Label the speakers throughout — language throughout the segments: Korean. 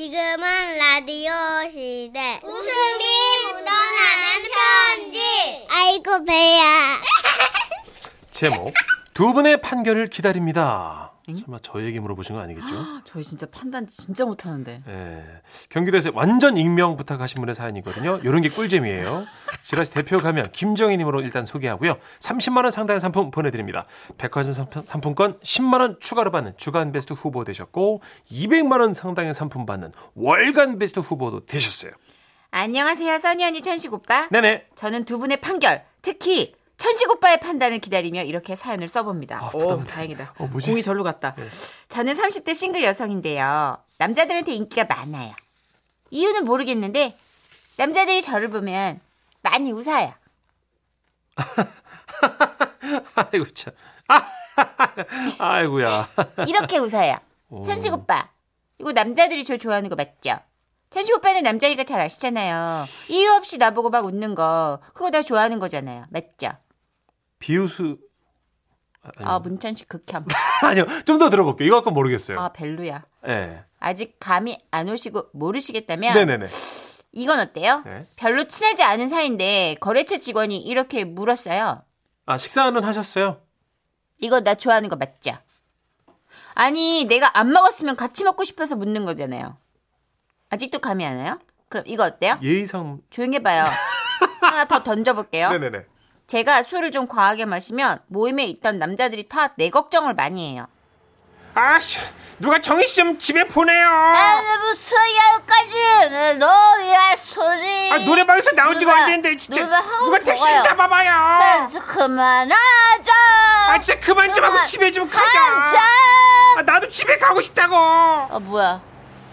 Speaker 1: 지금은 라디오 시대.
Speaker 2: 웃음이 묻어나는 편지.
Speaker 1: 아이고, 배야.
Speaker 3: 제목 두 분의 판결을 기다립니다. 설마 저에게 물어보신 거 아니겠죠?
Speaker 4: 저희 진짜 판단 진짜 못하는데.
Speaker 3: 예. 경기도에서 완전 익명 부탁하신 분의 사연이거든요. 이런 게 꿀잼이에요. 지라시 대표 가면 김정희님으로 일단 소개하고요. 30만 원 상당의 상품 보내드립니다. 백화점 상품- 상품권 10만 원 추가로 받는 주간 베스트 후보 되셨고 200만 원 상당의 상품 받는 월간 베스트 후보도 되셨어요.
Speaker 4: 안녕하세요, 써니 언니 천식 오빠.
Speaker 3: 네네.
Speaker 4: 저는 두 분의 판결, 특히 천식 오빠의 판단을 기다리며 이렇게 사연을 써봅니다.
Speaker 3: 아,
Speaker 4: 오,
Speaker 3: 부담돼.
Speaker 4: 다행이다.
Speaker 3: 어, 뭐지?
Speaker 4: 공이 절로 갔다. 저는 30대 싱글 여성인데요. 남자들한테 인기가 많아요. 이유는 모르겠는데 남자들이 저를 보면 많이 웃어요.
Speaker 3: 아이고 참. 아, 아이고야.
Speaker 4: 이렇게 웃어요.
Speaker 3: 오.
Speaker 4: 천식 오빠. 이거 남자들이 저 좋아하는 거 맞죠? 천식 오빠는 남자애가 잘 아시잖아요. 이유 없이 나보고 막 웃는 거 그거 다 좋아하는 거잖아요. 맞죠?
Speaker 3: 비우수 네.
Speaker 4: 아 문천식 극혐.
Speaker 3: 아니요. 좀 더 들어볼게요. 이거 아까 모르겠어요.
Speaker 4: 아 벨루야.
Speaker 3: 예.
Speaker 4: 아직 감이 안 오시고 모르시겠다면
Speaker 3: 네네네.
Speaker 4: 이건 어때요?
Speaker 3: 네.
Speaker 4: 별로 친하지 않은 사이인데 거래처 직원이 이렇게 물었어요.
Speaker 3: 아 식사는 하셨어요?
Speaker 4: 이거 나 좋아하는 거 맞죠? 아니 내가 안 먹었으면 같이 먹고 싶어서 묻는 거잖아요. 아직도 감이 안 와요? 그럼 이거 어때요?
Speaker 3: 예의상.
Speaker 4: 조용히 해봐요. 하나 더 던져볼게요.
Speaker 3: 네네네.
Speaker 4: 제가 술을 좀 과하게 마시면 모임에 있던 남자들이 다 내 걱정을 많이 해요.
Speaker 3: 아씨 누가 정희 씨 좀 집에 보내요. 아,
Speaker 1: 나는 무슨 여기까지 너야 소리.
Speaker 3: 노래방에서 나온
Speaker 1: 지가 누가- 언젠데, 진짜. 누가 하고 누가 택시 좀 먹어요.
Speaker 3: 잡아봐요.
Speaker 1: 단수 그만하자.
Speaker 3: 아, 진짜 그만
Speaker 1: 좀 하고 그만.
Speaker 3: 집에 좀
Speaker 1: 아,
Speaker 3: 나도 집에 가고 싶다고.
Speaker 1: 아 뭐야?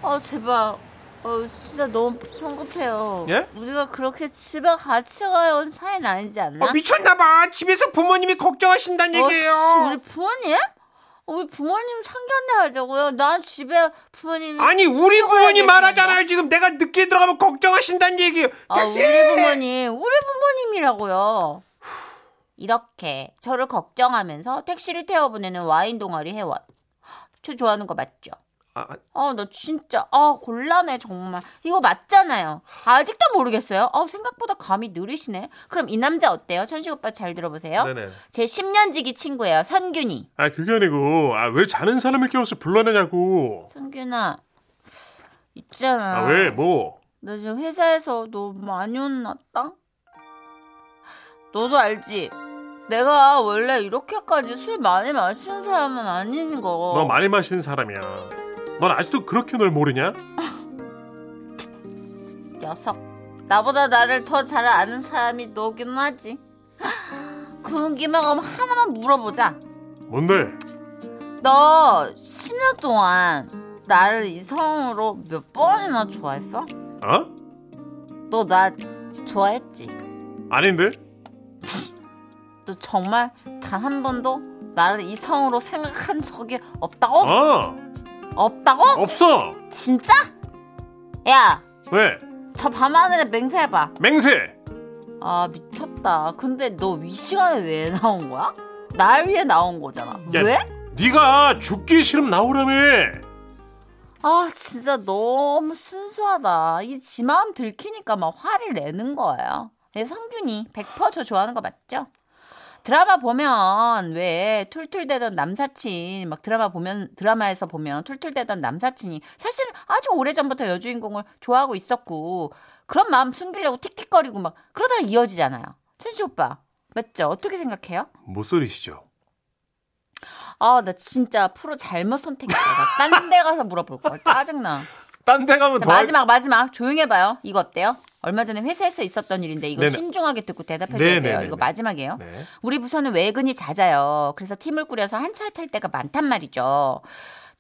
Speaker 1: 아 대박. 어 진짜 너무 성급해요.
Speaker 3: 예?
Speaker 1: 우리가 그렇게 집에 같이 가요 사이는 아니지 않나?
Speaker 3: 어, 미쳤나봐. 집에서 부모님이 걱정하신다는
Speaker 1: 어, 씨, 우리 부모님? 어, 우리 부모님 상견례하자고요. 난 집에 부모님
Speaker 3: 아니 우리
Speaker 1: 시골에
Speaker 3: 부모님
Speaker 1: 계시는데.
Speaker 3: 말하잖아요 지금 내가 늦게 들어가면 걱정하신다는 얘기예요
Speaker 4: 어?
Speaker 1: 아,
Speaker 3: 택시
Speaker 1: 우리 부모님, 우리 부모님이라고요.
Speaker 4: 이렇게 저를 걱정하면서 택시를 태워보내는 와인 동아리 회원. 저 좋아하는 거 맞죠?
Speaker 3: 아, 아,
Speaker 4: 아, 나 진짜, 아, 곤란해, 정말. 이거 맞잖아요. 아직도 모르겠어요? 아, 생각보다 감이 느리시네. 그럼 이 남자 어때요? 천식 오빠 잘 아, 들어보세요.
Speaker 3: 네네
Speaker 4: 제 10년 지기 친구예요, 선균이.
Speaker 5: 아 그게 아니고 아 왜 자는 사람을 깨워서 불러내냐고
Speaker 4: 선균아, 있잖아.
Speaker 5: 아 왜 뭐
Speaker 4: 나 지금 회사에서 너 많이 혼났다? 너도 알지? 내가 원래 이렇게까지 술 많이 마시는 사람은 아닌 거.
Speaker 5: 너 많이 마시는 사람이야 넌 아직도 그렇게 널 모르냐
Speaker 4: 녀석. 나보다 나를 더 잘 아는 사람이 너긴 하지. 그런 김에 그럼 하나만 물어보자.
Speaker 5: 뭔데
Speaker 4: 너 10년 동안 나를 이성으로 몇 번이나 좋아했어?
Speaker 5: 어
Speaker 4: 너 나 좋아했지?
Speaker 5: 아닌데
Speaker 4: 너 정말 단 한 번도 나를 이성으로 생각한 적이 없다고?
Speaker 5: 어
Speaker 4: 없다고?
Speaker 5: 없어
Speaker 4: 진짜? 야,
Speaker 5: 왜
Speaker 4: 저 밤하늘에 맹세해봐.
Speaker 5: 맹세
Speaker 4: 아, 미쳤다. 근데 너 이 시간에 왜 나온 거야? 날 위해 나온 거잖아.
Speaker 5: 야.
Speaker 4: 왜?
Speaker 5: 네가 죽기 싫으면 나오라며
Speaker 4: 아, 진짜 너무 순수하다. 이 지 마음 들키니까 막 화를 내는 거예요. 내 성균이 100%저 좋아하는 거 맞죠? 드라마 보면 왜 툴툴대던 남사친 막 드라마 보면 드라마에서 보면 툴툴대던 남사친이 사실 아주 오래전부터 여주인공을 좋아하고 있었고 그런 마음 숨기려고 틱틱거리고 막 그러다 이어지잖아요. 천시 오빠 맞죠? 어떻게 생각해요?
Speaker 3: 못소리시죠
Speaker 4: 아 나 진짜 프로 잘못 선택했어. 나딴 데 가서 물어볼 걸 짜증나.
Speaker 3: 딴 데 가면
Speaker 4: 자,
Speaker 3: 더 할-
Speaker 4: 마지막 마지막 조용해 봐요. 이거 어때요? 얼마 전에 회사에서 있었던 일인데 이거
Speaker 3: 네네.
Speaker 4: 신중하게 듣고 대답해
Speaker 3: 네네네네.
Speaker 4: 줘야 돼요. 이거 마지막이에요.
Speaker 3: 네.
Speaker 4: 우리 부서는 외근이 잦아요. 그래서 팀을 꾸려서 한 차에 탈 때가 많단 말이죠.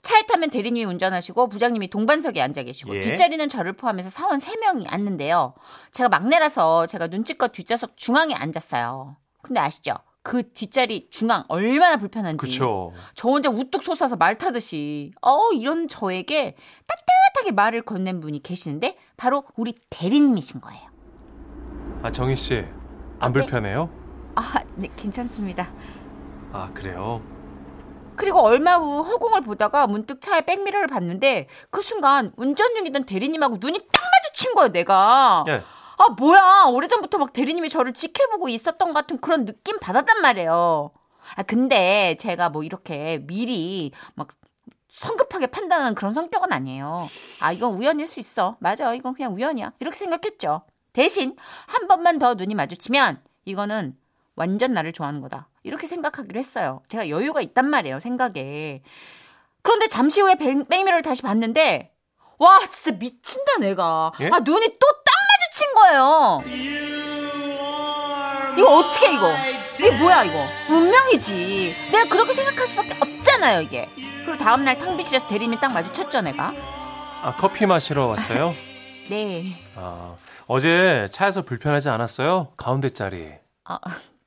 Speaker 4: 차에 타면 대리님이 운전하시고 부장님이 동반석에 앉아 계시고
Speaker 3: 예.
Speaker 4: 뒷자리는 저를 포함해서 사원 3명이 앉는데요. 제가 막내라서 제가 눈치껏 뒷좌석 중앙에 앉았어요. 근데 아시죠? 그 뒷자리 중앙 얼마나 불편한지.
Speaker 3: 그쵸
Speaker 4: 저 혼자 우뚝 솟아서 말 타듯이 어 이런 저에게 따뜻하게 말을 건넨 분이 계시는데 바로 우리 대리님이신 거예요. 음.
Speaker 3: 아 정희씨
Speaker 4: 네.
Speaker 3: 안 불편해요?
Speaker 4: 아, 네 괜찮습니다.
Speaker 3: 아 그래요
Speaker 4: 그리고 얼마 후 허공을 보다가 문득 차의 백미러를 봤는데 그 순간 운전 중이던 대리님하고 눈이 딱 마주친 거야 내가.
Speaker 3: 예.
Speaker 4: 아 뭐야 오래전부터 막 대리님이 저를 지켜보고 있었던 것 같은 그런 느낌 받았단 말이에요. 아 근데 제가 뭐 이렇게 미리 막 성급하게 판단하는 그런 성격은 아니에요. 아 이건 우연일 수 있어. 맞아 이건 그냥 우연이야. 이렇게 생각했죠. 대신 한 번만 더 눈이 마주치면 이거는 완전 나를 좋아하는 거다. 이렇게 생각하기로 했어요. 제가 여유가 있단 말이에요 생각에. 그런데 잠시 후에 백- 백미러를 다시 봤는데 와 진짜 미친다 내가.
Speaker 3: 예?
Speaker 4: 아 눈이 또 딱 마주친 거예요. 이거 어떻게 이거? 이게 뭐야 이거? 운명이지. 내가 그렇게 생각할 수밖에 없잖아요 이게. 그리고 다음날 탕비실에서 대리님 딱 마주쳤죠 내가.
Speaker 3: 아, 커피 마시러 왔어요.
Speaker 4: 네.
Speaker 3: 아, 어제 차에서 불편하지 않았어요? 가운데 자리.
Speaker 4: 아,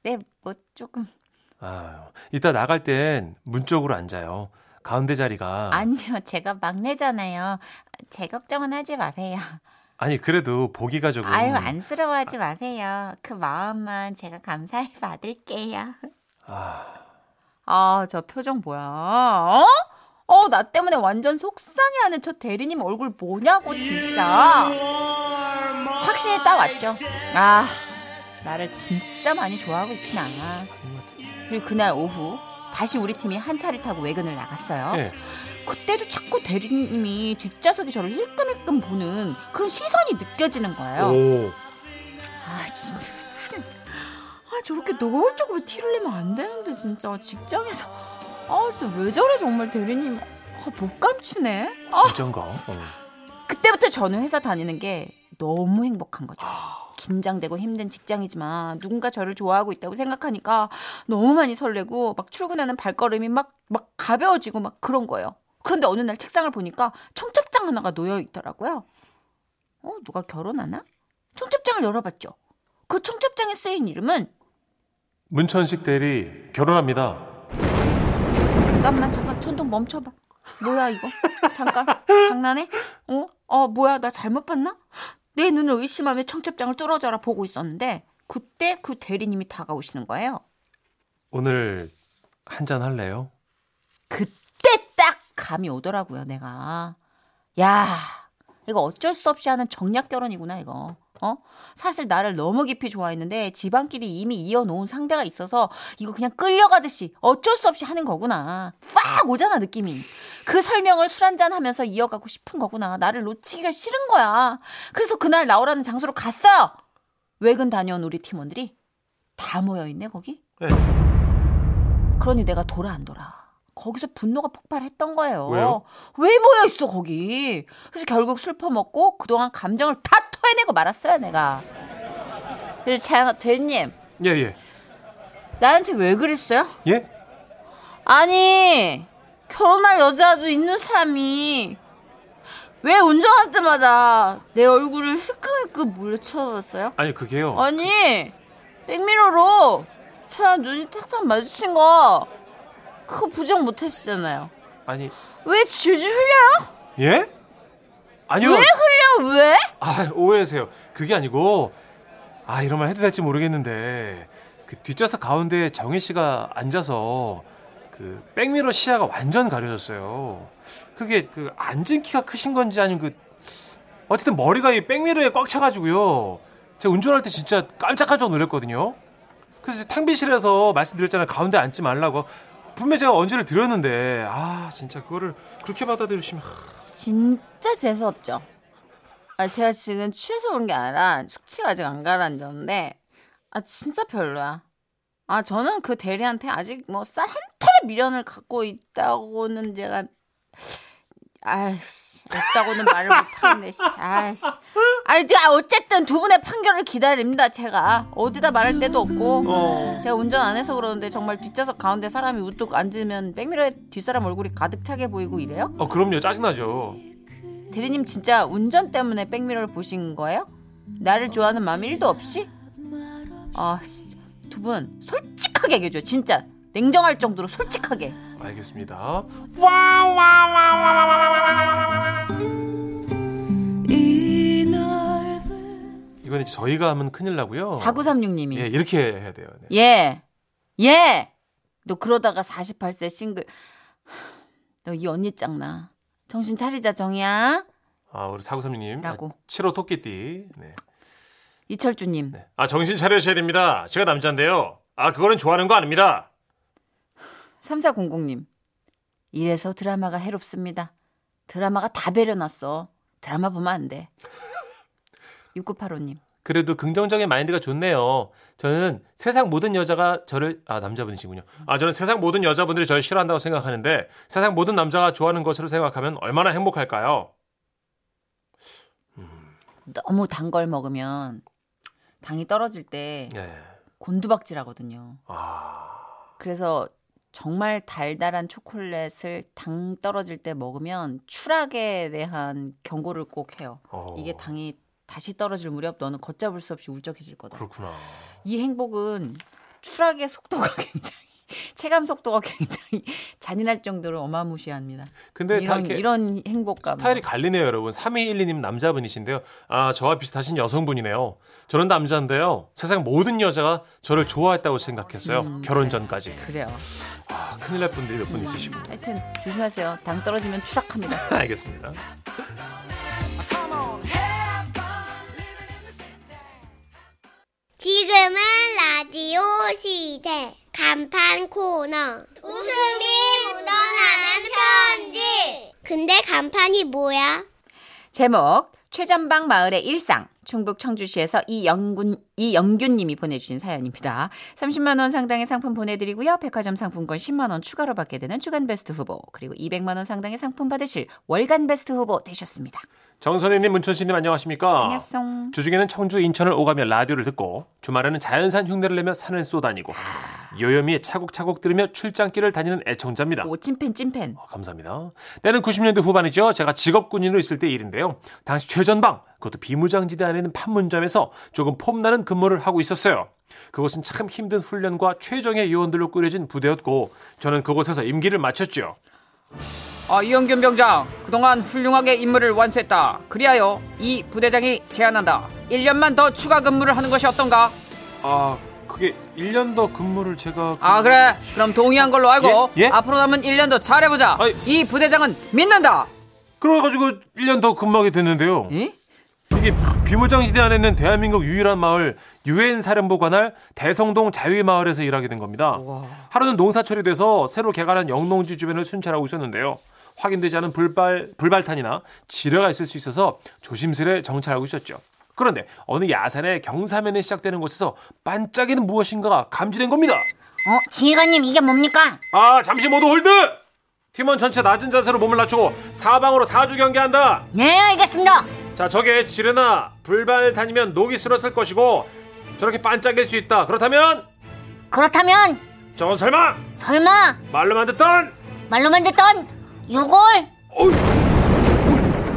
Speaker 4: 네, 뭐 조금
Speaker 3: 아유, 이따 나갈 땐 문 쪽으로 앉아요. 가운데 자리가
Speaker 4: 아니요, 제가 막내잖아요. 제 걱정은 하지 마세요.
Speaker 3: 아니 그래도 보기가 조금
Speaker 4: 아유, 안쓰러워하지 마세요. 그 마음만 제가 감사히 받을게요.
Speaker 3: 아,
Speaker 4: 아, 저 표정 뭐야? 어? 어, 나 때문에 완전 속상해하는 저 대리님 얼굴 뭐냐고 진짜. 확신이 딱 왔죠. 아, 나를 진짜 많이 좋아하고 있구나. 그리고 그날 오후 다시 우리 팀이 한 차를 타고 외근을 나갔어요.
Speaker 3: 예.
Speaker 4: 그때도 자꾸 대리님이 뒷좌석이 저를 힐끔힐끔 보는 그런 시선이 느껴지는 거예요.
Speaker 3: 오,
Speaker 4: 아 진짜 미치겠네. 아 저렇게 노골적으로 티를 내면 안 되는데 진짜 직장에서 아 진짜 왜 저래 정말 대리님 아못 감추네.
Speaker 3: 진짠가? 어.
Speaker 4: 그때부터 저는 회사 다니는 게 너무 행복한 거죠. 긴장되고 힘든 직장이지만 누군가 저를 좋아하고 있다고 생각하니까 너무 많이 설레고 막 출근하는 발걸음이 막 막 가벼워지고 막 그런 거예요. 그런데 어느 날 책상을 보니까 청첩장 하나가 놓여 있더라고요. 어, 누가 결혼하나? 청첩장을 열어봤죠. 그 청첩장에 쓰인 이름은
Speaker 3: 문천식 대리 결혼합니다.
Speaker 4: 잠깐만 잠깐 천둥 멈춰봐. 뭐야 이거? 잠깐 장난해? 어? 어 뭐야 나 잘못 봤나? 내 눈을 의심하며 청첩장을 뚫어져라 보고 있었는데 그때 그 대리님이 다가오시는 거예요.
Speaker 3: 오늘 한 잔 할래요?
Speaker 4: 그때 딱 감이 오더라고요 내가. 야 이거 어쩔 수 없이 하는 정략 결혼이구나 이거. 어? 사실 나를 너무 깊이 좋아했는데 집안끼리 이미 이어놓은 상대가 있어서 이거 그냥 끌려가듯이 어쩔 수 없이 하는 거구나. 빡 오잖아 느낌이. 그 설명을 술 한잔 하면서 이어가고 싶은 거구나. 나를 놓치기가 싫은 거야. 그래서 그날 나오라는 장소로 갔어요. 외근 다녀온 우리 팀원들이 다 모여있네 거기.
Speaker 3: 네.
Speaker 4: 그러니 내가 돌아 안 돌아. 거기서 분노가 폭발했던 거예요.
Speaker 3: 왜요?
Speaker 4: 왜 모여 있어 거기? 그래서 결국 술 퍼먹고 그동안 감정을 다 토해내고 말았어요 내가. 그래서 제가 대님
Speaker 3: 예, 예.
Speaker 4: 나한테 왜 그랬어요?
Speaker 3: 예?
Speaker 4: 아니 결혼할 여자도 있는 사람이 왜 운전할 때마다 내 얼굴을 힐끔힐끔 몰래 쳐다봤어요?
Speaker 3: 아니 그게요.
Speaker 4: 아니 백미러로 저랑 눈이 탁탁 마주친 거 그거 부정 못했잖아요
Speaker 3: 아니
Speaker 4: 왜 질질 흘려요?
Speaker 3: 예? 아니요.
Speaker 4: 왜 흘려 왜?
Speaker 3: 아, 오해하세요. 그게 아니고 아, 이런 말 해도 될지 모르겠는데 그 뒷좌석 가운데 정희 씨가 앉아서 그 백미러 시야가 완전 가려졌어요. 그게 그 앉은 키가 크신 건지 아니면 그 어쨌든 머리가 이 백미러에 꽉 차가지고요. 제가 운전할 때 진짜 깜짝깜짝 놀랐거든요. 그래서 탕비실에서 말씀드렸잖아요. 가운데 앉지 말라고. 분명히 제가 언제를 드렸는데 아 진짜 그거를 그렇게 받아들이시면
Speaker 4: 진짜 재수없죠. 아, 제가 지금 취해서 그런 게 아니라 숙취가 아직 안 가라앉았는데, 아, 진짜 별로야. 아, 저는 그 대리한테 아직 뭐 쌀 한 털의 미련을 갖고 있다고는 제가, 아이씨, 없다고는 말을 못하는데, 씨, 아이씨. 아니, 네, 아, 어쨌든 두 분의 판결을 기다립니다, 제가. 어디다 말할 데도 없고. 제가 운전 안 해서 그러는데 정말 뒷좌석 가운데 사람이 우뚝 앉으면 백미러에 뒷사람 얼굴이 가득 차게 보이고 이래요?
Speaker 3: 어 그럼요 짜증나죠.
Speaker 4: 대리님 진짜 운전 때문에 백미러를 보신 거예요? 나를 좋아하는 마음 1도 없이? 아 진짜 두 분 솔직하게 얘기해줘요 진짜 냉정할 정도로 솔직하게
Speaker 3: 알겠습니다.
Speaker 6: 이 넓은
Speaker 3: 이건 이제 저희가 하면 큰일 나고요.
Speaker 4: 4936님이
Speaker 3: 예, 이렇게 해야 돼요. 네.
Speaker 4: 예. 예. 너 그러다가 48세 싱글. 너 이 언니 짱나. 정신 차리자 정이야.
Speaker 3: 아, 우리 사구삼님.
Speaker 4: 라고.
Speaker 3: 7호 토끼띠. 네.
Speaker 4: 이철주님.
Speaker 3: 네. 아, 정신 차려주셔야 됩니다. 제가 남자인데요. 아, 그거는 좋아하는 거 아닙니다.
Speaker 4: 3400님. 이래서 드라마가 해롭습니다. 드라마가 다 배려놨어. 드라마 보면 안 돼. 6985님.
Speaker 3: 그래도 긍정적인 마인드가 좋네요. 저는 세상 모든 여자가 저를 아 남자분이시군요. 아 저는 세상 모든 여자분들이 저를 싫어한다고 생각하는데 세상 모든 남자가 좋아하는 것으로 생각하면 얼마나 행복할까요?
Speaker 4: 너무 단 걸 먹으면 당이 떨어질 때
Speaker 3: 예.
Speaker 4: 곤두박질 하거든요.
Speaker 3: 아.
Speaker 4: 그래서 정말 달달한 초콜릿을 당 떨어질 때 먹으면 추락에 대한 경고를 꼭 해요.
Speaker 3: 어,
Speaker 4: 이게 당이 다시 떨어질 무렵 너는 걷잡을 수 없이 울적해질 거다.
Speaker 3: 그렇구나.
Speaker 4: 이 행복은 추락의 속도가 굉장히 체감 속도가 굉장히 잔인할 정도로 어마무시합니다.
Speaker 3: 근데 다
Speaker 4: 이런
Speaker 3: 이렇게
Speaker 4: 이런 행복감.
Speaker 3: 스타일이 갈리네요, 여러분. 3212님 남자분이신데요. 아, 저와 비슷하신 여성분이네요. 저는 남자인데요. 세상 모든 여자가 저를 좋아했다고 생각했어요. 결혼 전까지.
Speaker 4: 그래요.
Speaker 3: 아, 큰일 날 분들이 몇 분 있으시고.
Speaker 4: 하여튼 조심하세요. 당 떨어지면 추락합니다.
Speaker 3: 알겠습니다.
Speaker 2: 지금은 라디오 시대 간판 코너 웃음이 묻어나는 편지 근데 간판이 뭐야?
Speaker 4: 제목 최전방 마을의 일상 충북 청주시에서 이영군 이영균님이 보내주신 사연입니다. 30만 원 상당의 상품 보내드리고요. 백화점 상품권 10만 원 추가로 받게 되는 주간 베스트 후보 그리고 200만 원 상당의 상품 받으실 월간 베스트 후보 되셨습니다.
Speaker 3: 정선희님, 문천씨님
Speaker 7: 아.
Speaker 3: 안녕하십니까?
Speaker 4: 안녕송
Speaker 3: 주중에는 청주, 인천을 오가며 라디오를 듣고 주말에는 자연산 흉내를 내며 산을 쏘다니고 요요미에 차곡차곡 들으며 출장길을 다니는 애청자입니다.
Speaker 4: 오 찐팬 찐팬.
Speaker 3: 어, 감사합니다. 때는 90년대 후반이죠. 제가 직업 군인으로 있을 때 일인데요. 당시 최전방, 그것도 비무장지대 안에 있는 판문점에서 조금 폼나는 근무를 하고 있었어요. 그곳은 참 힘든 훈련과 최정의 요원들로 꾸려진 부대였고 저는 그곳에서 임기를 마쳤죠.
Speaker 7: 아, 이영균 병장, 그동안 훌륭하게 임무를 완수했다. 아, 그리하여 이 부대장이 제안한다. 1년만 더 추가 근무를 하는 것이 어떤가?
Speaker 3: 아, 그게 1년 더 근무를 제가
Speaker 7: 아, 그래. 그럼 동의한 걸로 알고
Speaker 3: 예? 예?
Speaker 7: 앞으로 남은 1년 더 잘해보자.
Speaker 3: 아이.
Speaker 7: 이 부대장은 믿는다.
Speaker 3: 그래가지고 1년 더 근무하게 됐는데요.
Speaker 7: 에?
Speaker 3: 이게 비무장지대 안에 있는 대한민국 유일한 마을 유엔 사령부 관할 대성동 자유의 마을에서 일하게 된 겁니다. 하루는 농사철이 돼서 새로 개관한 영농지 주변을 순찰하고 있었는데요. 확인되지 않은 불발 불발탄이나 지뢰가 있을 수 있어서 조심스레 정찰하고 있었죠. 그런데 어느 야산의 경사면에 시작되는 곳에서 반짝이는 무엇인가가 감지된 겁니다.
Speaker 1: 어, 지휘관님 이게 뭡니까?
Speaker 3: 아 잠시 모두 홀드! 팀원 전체 낮은 자세로 몸을 낮추고 사방으로 사주 경계한다.
Speaker 1: 네, 알겠습니다.
Speaker 3: 자 저게 지뢰나 불발 다니면 녹이 슬었을 것이고 저렇게 반짝일 수 있다 그렇다면
Speaker 1: 그렇다면
Speaker 3: 저건 설마
Speaker 1: 설마
Speaker 3: 말로만 듣던
Speaker 1: 말로만 듣던 유골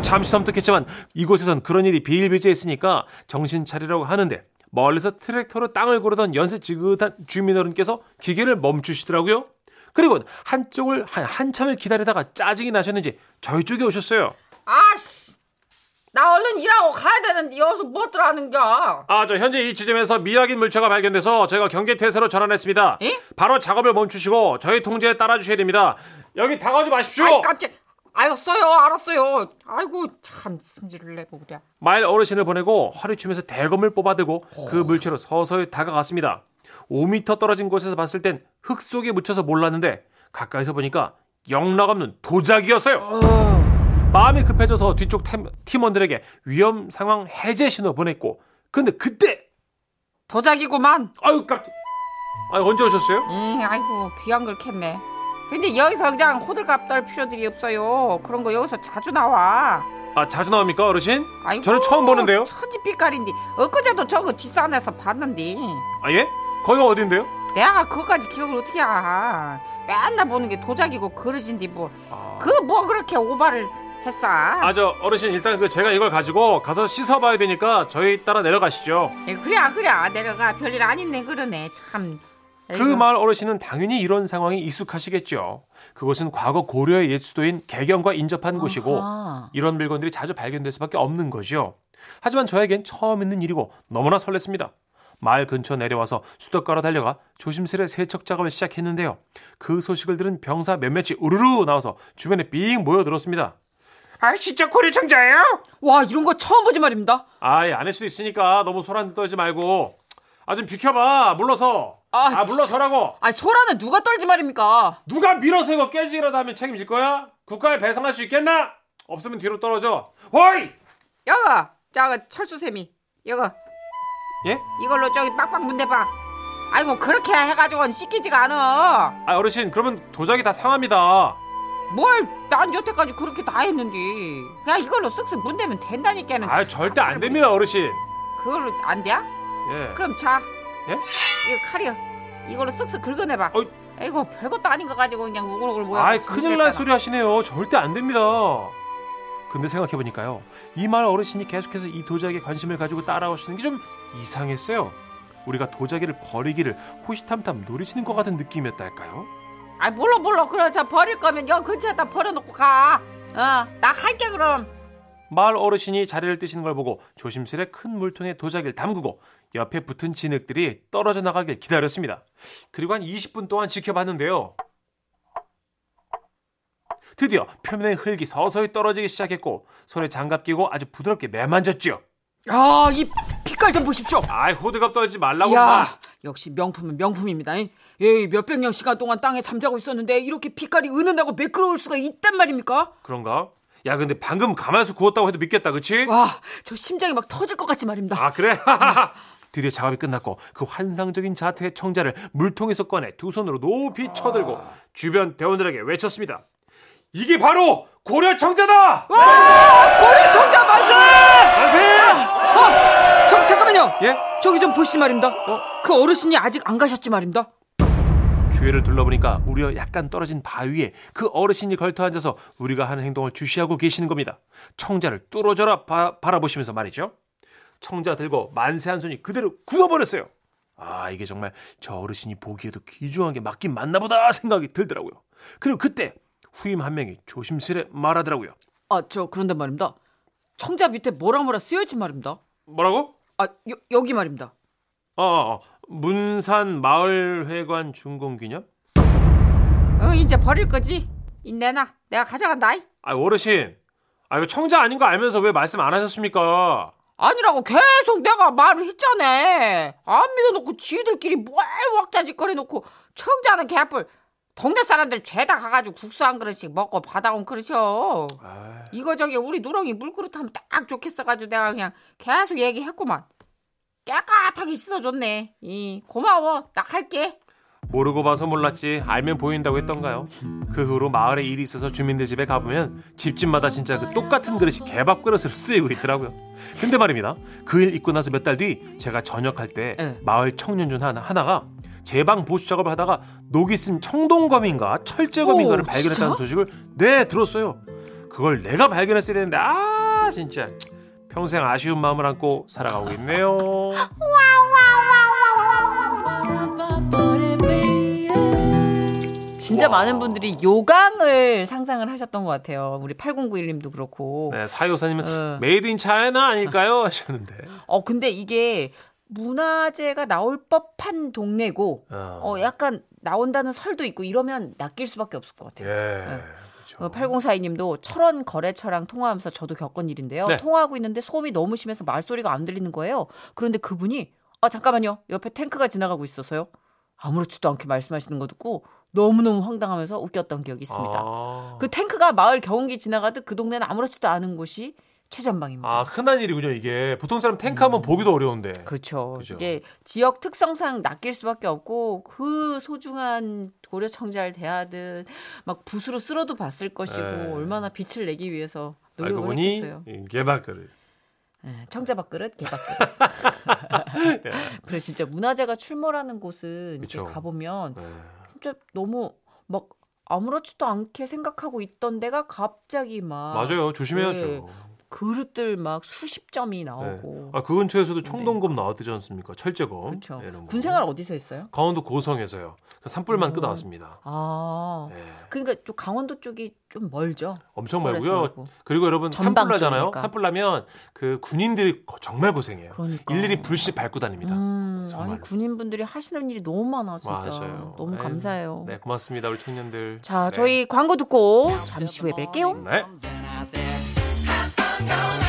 Speaker 3: 잠시 섬뜩했지만 이곳에선 그런 일이 비일비재했으니까 정신 차리라고 하는데 멀리서 트랙터로 땅을 고르던 연세 지긋한 주민 어른께서 기계를 멈추시더라고요 그리고 한쪽을 한, 한참을 기다리다가 짜증이 나셨는지 저희 쪽에 오셨어요
Speaker 7: 아씨. 나 얼른 일하고 가야 되는데 여기서 뭐 들어하는겨?
Speaker 3: 아 저 현재 이 지점에서 미확인 물체가 발견돼서 저희가 경계태세로 전환했습니다
Speaker 7: 에?
Speaker 3: 바로 작업을 멈추시고 저희 통제에 따라주셔야 됩니다 여기 다가오지 마십시오
Speaker 7: 아이, 깜짝. 알았어요, 알았어요. 아이고, 참 승질을 내고 그래.
Speaker 3: 마일 어르신을 보내고 허리춤에서 대검을 뽑아들고 그 물체로 서서히 다가갔습니다. 5미터 떨어진 곳에서 봤을 땐 흙 속에 묻혀서 몰랐는데 가까이서 보니까 영락없는 도자기였어요. 마음이 급해져서 뒤쪽 팀- 팀원들에게 위험 상황 해제 신호 보냈고 근데 그때
Speaker 7: 도자기구만.
Speaker 3: 아유 깜짝 아 언제 오셨어요?
Speaker 7: 음, 아이고 귀한 걸 캤네. 근데 여기서 그냥 호들갑 떨 필요들이 없어요. 그런 거 여기서 자주 나와.
Speaker 3: 아 자주 나옵니까 어르신?
Speaker 7: 아이고,
Speaker 3: 저는 처음 보는데요.
Speaker 7: 처지 빛깔인데 엊그제도 저거 뒷산에서 봤는데.
Speaker 3: 아 예? 거기가 어딘데요?
Speaker 7: 내가 그거까지 기억을 어떻게 하? 맨날 보는 게 도자기고 그릇인데
Speaker 3: 아.
Speaker 7: 뭐그 뭐 그렇게 오바를 했어?
Speaker 3: 아 저 어르신 일단 그 제가 이걸 가지고 가서 씻어봐야 되니까 저희 따라 내려가시죠.
Speaker 7: 예, 그래 그래 내려가 별일 아닌데 그러네 참.
Speaker 3: 그
Speaker 7: 아이고.
Speaker 3: 마을 어르신은 당연히 이런 상황이 익숙하시겠죠. 그곳은 과거 고려의 옛 수도인 개경과 인접한 곳이고
Speaker 4: 아,
Speaker 3: 이런 물건들이 자주 발견될 수밖에 없는 거죠. 하지만 저에겐 처음 있는 일이고 너무나 설렜습니다. 마을 근처 내려와서 수도가로 달려가 조심스레 세척 작업을 시작했는데요. 그 소식을 들은 병사 몇몇이 우르르 나와서 주변에 삥 모여들었습니다. 아 진짜 고려 청자예요?
Speaker 7: 와 이런 거 처음 보지 말입니다.
Speaker 3: 아이 안할 수도 있으니까 너무 소란 떨지 말고 아 좀 비켜봐 물러서
Speaker 7: 아,
Speaker 3: 아, 물러서라고
Speaker 7: 아 소라는 누가 떨지 말입니까?
Speaker 3: 누가 밀어서 이거 깨지라도 하면 책임질 거야? 국가에 배상할 수 있겠나? 없으면 뒤로 떨어져 호이
Speaker 7: 여가 자가 철수쌤이 여가
Speaker 3: 예?
Speaker 7: 이걸로 저기 빡빡 문대봐. 아이고 그렇게 해가지고는 씻기지가 않아.
Speaker 3: 아 어르신 그러면 도자기 다 상합니다
Speaker 7: 뭘 난 여태까지 그렇게 다 했는데 그냥 이걸로 쓱쓱 문대면 된다니까는.
Speaker 3: 아 절대 안 됩니다 어르신
Speaker 7: 그걸로 안 돼?
Speaker 3: 예.
Speaker 7: 그럼 자.
Speaker 3: 예?
Speaker 7: 이거 칼이요. 이걸로 쓱쓱 긁어내봐.
Speaker 3: 어이.
Speaker 7: 아이고 별것도 아닌 거 가지고 그냥 우글우글 모여. 뭐
Speaker 3: 아이 큰일 날 소리 하시네요 절대 안 됩니다 근데 생각해보니까요 이 말 어르신이 계속해서 이 도자기에 관심을 가지고 따라오시는 게 좀 이상했어요 우리가 도자기를 버리기를 호시탐탐 노리시는 것 같은 느낌이었달까요?
Speaker 7: 아 몰라 몰라 그래 자 버릴 거면 여 근처에다 버려놓고 가. 어나 할게 그럼.
Speaker 3: 마을 어르신이 자리를 뜨시는 걸 보고 조심스레 큰 물통에 도자기를 담그고 옆에 붙은 진흙들이 떨어져 나가길 기다렸습니다. 그리고 한 20분 동안 지켜봤는데요. 드디어 표면의 흙이 서서히 떨어지기 시작했고 손에 장갑 끼고 아주 부드럽게 매만졌죠.
Speaker 7: 아이 빛깔 좀 보십시오.
Speaker 3: 아이 호들갑 떨지 말라고
Speaker 7: 야 역시 명품은 명품입니다. 잉? 예, 몇백 년 시간 동안 땅에 잠자고 있었는데 이렇게 빛깔이 은은하고 매끄러울 수가 있단 말입니까?
Speaker 3: 그런가? 야 근데 방금 가만히 구웠다고 해도 믿겠다 그치?
Speaker 7: 와, 저 심장이 막 터질 것 같지 말입니다.
Speaker 3: 아 그래? 드디어 작업이 끝났고 그 환상적인 자태의 청자를 물통에서 꺼내 두 손으로 높이 쳐들고 주변 대원들에게 외쳤습니다. 이게 바로 고려 청자다!
Speaker 7: 고래 청자 만세!
Speaker 3: 만세!
Speaker 7: 아, 저, 잠깐만요.
Speaker 3: 예?
Speaker 7: 저기 좀 보시지 말입니다. 그 어르신이 아직 안 가셨지 말입니다.
Speaker 3: 주위를 둘러보니까 무려 약간 떨어진 바위에 그 어르신이 걸터 앉아서 우리가 하는 행동을 주시하고 계시는 겁니다. 청자를 뚫어져라 바, 바라보시면서 말이죠. 청자 들고 만세 한 손이 그대로 굳어버렸어요. 아 이게 정말 저 어르신이 보기에도 귀중한 게 맞긴 맞나 보다 생각이 들더라고요. 그리고 그때 후임 한 명이 조심스레 말하더라고요.
Speaker 7: 아, 저 그런데 말입니다. 청자 밑에 뭐라 뭐라 쓰여있지 말입니다.
Speaker 3: 뭐라고?
Speaker 7: 아, 여, 여기 말입니다.
Speaker 3: 어, 어, 어. 문산 마을회관 준공 기념?
Speaker 7: 어, 이제 버릴 거지? 이 내놔. 내가 가져간다. 이.
Speaker 3: 아 어르신, 아 이거 청자 아닌 거 알면서 왜 말씀 안 하셨습니까?
Speaker 7: 아니라고 계속 내가 말을 했잖아. 안 믿어놓고 지들끼리 뭘 왁자지껄해놓고 청자는 개뿔. 동네 사람들 죄다 가가지고 국수 한 그릇씩 먹고 받아온 그릇이요.
Speaker 3: 아,
Speaker 7: 이거 저기 우리 누렁이 물그릇 하면 딱 좋겠어가지고 내가 그냥 계속 얘기했구만. 깨끗하게 씻어줬네. 이 고마워. 나 할게.
Speaker 3: 모르고 봐서 몰랐지 알면 보인다고 했던가요? 그 후로 마을에 일이 있어서 주민들 집에 가보면 집집마다 진짜 그 똑같은 그릇이 개밥 그릇으로 쓰이고 있더라고요. 근데 말입니다. 그 일 있고 나서 몇 달 뒤 제가 전역할 때
Speaker 7: 네.
Speaker 3: 마을 청년 중 하나, 하나가 제방 보수 작업을 하다가 녹이 쓴 청동검인가 철제검인가를
Speaker 7: 오,
Speaker 3: 발견했다는
Speaker 7: 진짜?
Speaker 3: 소식을 네 들었어요. 그걸 내가 발견했어야 되는데 아 진짜 평생 아쉬운 마음을 안고 살아가고 있네요.
Speaker 4: 진짜 많은 분들이 요강을 상상을 하셨던 것 같아요. 우리 8091님도 그렇고.
Speaker 3: 네, 사요사님은
Speaker 4: 어.
Speaker 3: 메이드 인 차이나 아닐까요 하셨는데.
Speaker 4: 어 근데 이게 문화재가 나올 법한 동네고 어 약간 나온다는 설도 있고 이러면 낚일 수밖에 없을 것 같아요.
Speaker 3: 예.
Speaker 4: 네. 어, 8042님도 철원 거래처랑 통화하면서 저도 겪은 일인데요.
Speaker 3: 네.
Speaker 4: 통화하고 있는데 소음이 너무 심해서 말소리가 안 들리는 거예요. 그런데 그분이 아 잠깐만요. 옆에 탱크가 지나가고 있어서요. 아무렇지도 않게 말씀하시는 거 듣고 너무너무 황당하면서 웃겼던 기억이 있습니다.
Speaker 3: 아.
Speaker 4: 그 탱크가 마을 경운기 지나가듯 그 동네는 아무렇지도 않은 곳이 최전방입니다.
Speaker 3: 아, 흔한 일이군요, 이게. 보통 사람 탱크 한번 보기도 어려운데.
Speaker 4: 음. 그렇죠.
Speaker 3: 그죠.
Speaker 4: 이게 지역 특성상 낚일 수밖에 없고 그 소중한 고려 청자를 대하듯 막 붓으로 쓸어도 봤을 것이고
Speaker 3: 네.
Speaker 4: 얼마나 빛을 내기 위해서
Speaker 3: 알고
Speaker 4: 노력을
Speaker 3: 보니
Speaker 4: 했겠어요.
Speaker 3: 개박그를
Speaker 4: 예, 청자 밥그릇, 개밥그릇. 그래 진짜 문화재가 출몰하는 곳은 이렇게
Speaker 3: 네. 그쵸.
Speaker 4: 가보면
Speaker 3: 네.
Speaker 4: 진짜 너무 막 아무렇지도 예. 않게 생각하고 있던 데가 갑자기 막
Speaker 3: 맞아요. 조심해야죠. 네.
Speaker 4: 그릇들 막 수십 점이 나오고. 네.
Speaker 3: 아, 그 근처에서도 청동검 나왔지 않습니까? 철제검.
Speaker 4: 그렇죠.
Speaker 3: 예, 이런 거.
Speaker 4: 군생활 음. 어디서 했어요?
Speaker 3: 강원도 고성에서요. 그 산불만 끝나왔습니다.
Speaker 4: 아.
Speaker 3: 예.
Speaker 4: 그러니까 좀 강원도 쪽이 좀 멀죠.
Speaker 3: 엄청
Speaker 4: 서울에서
Speaker 3: 멀고요.
Speaker 4: 멀고.
Speaker 3: 그리고 여러분
Speaker 4: 전방
Speaker 3: 산불나잖아요.
Speaker 4: 쪽이니까.
Speaker 3: 산불나면 그 군인들이 거- 정말 고생해요.
Speaker 4: 그러니까.
Speaker 3: 일일이 불씨 밟고 다닙니다.
Speaker 4: 음,
Speaker 3: 정말.
Speaker 4: 아니 군인분들이 하시는 일이 너무 많아 진짜.
Speaker 3: 맞아요.
Speaker 4: 너무
Speaker 3: 아유,
Speaker 4: 감사해요.
Speaker 3: 네, 고맙습니다. 우리 청년들.
Speaker 4: 자,
Speaker 3: 네.
Speaker 4: 저희 광고 듣고 잠시 후에 뵐게요.
Speaker 3: 네.
Speaker 7: comes and I said, Have fun going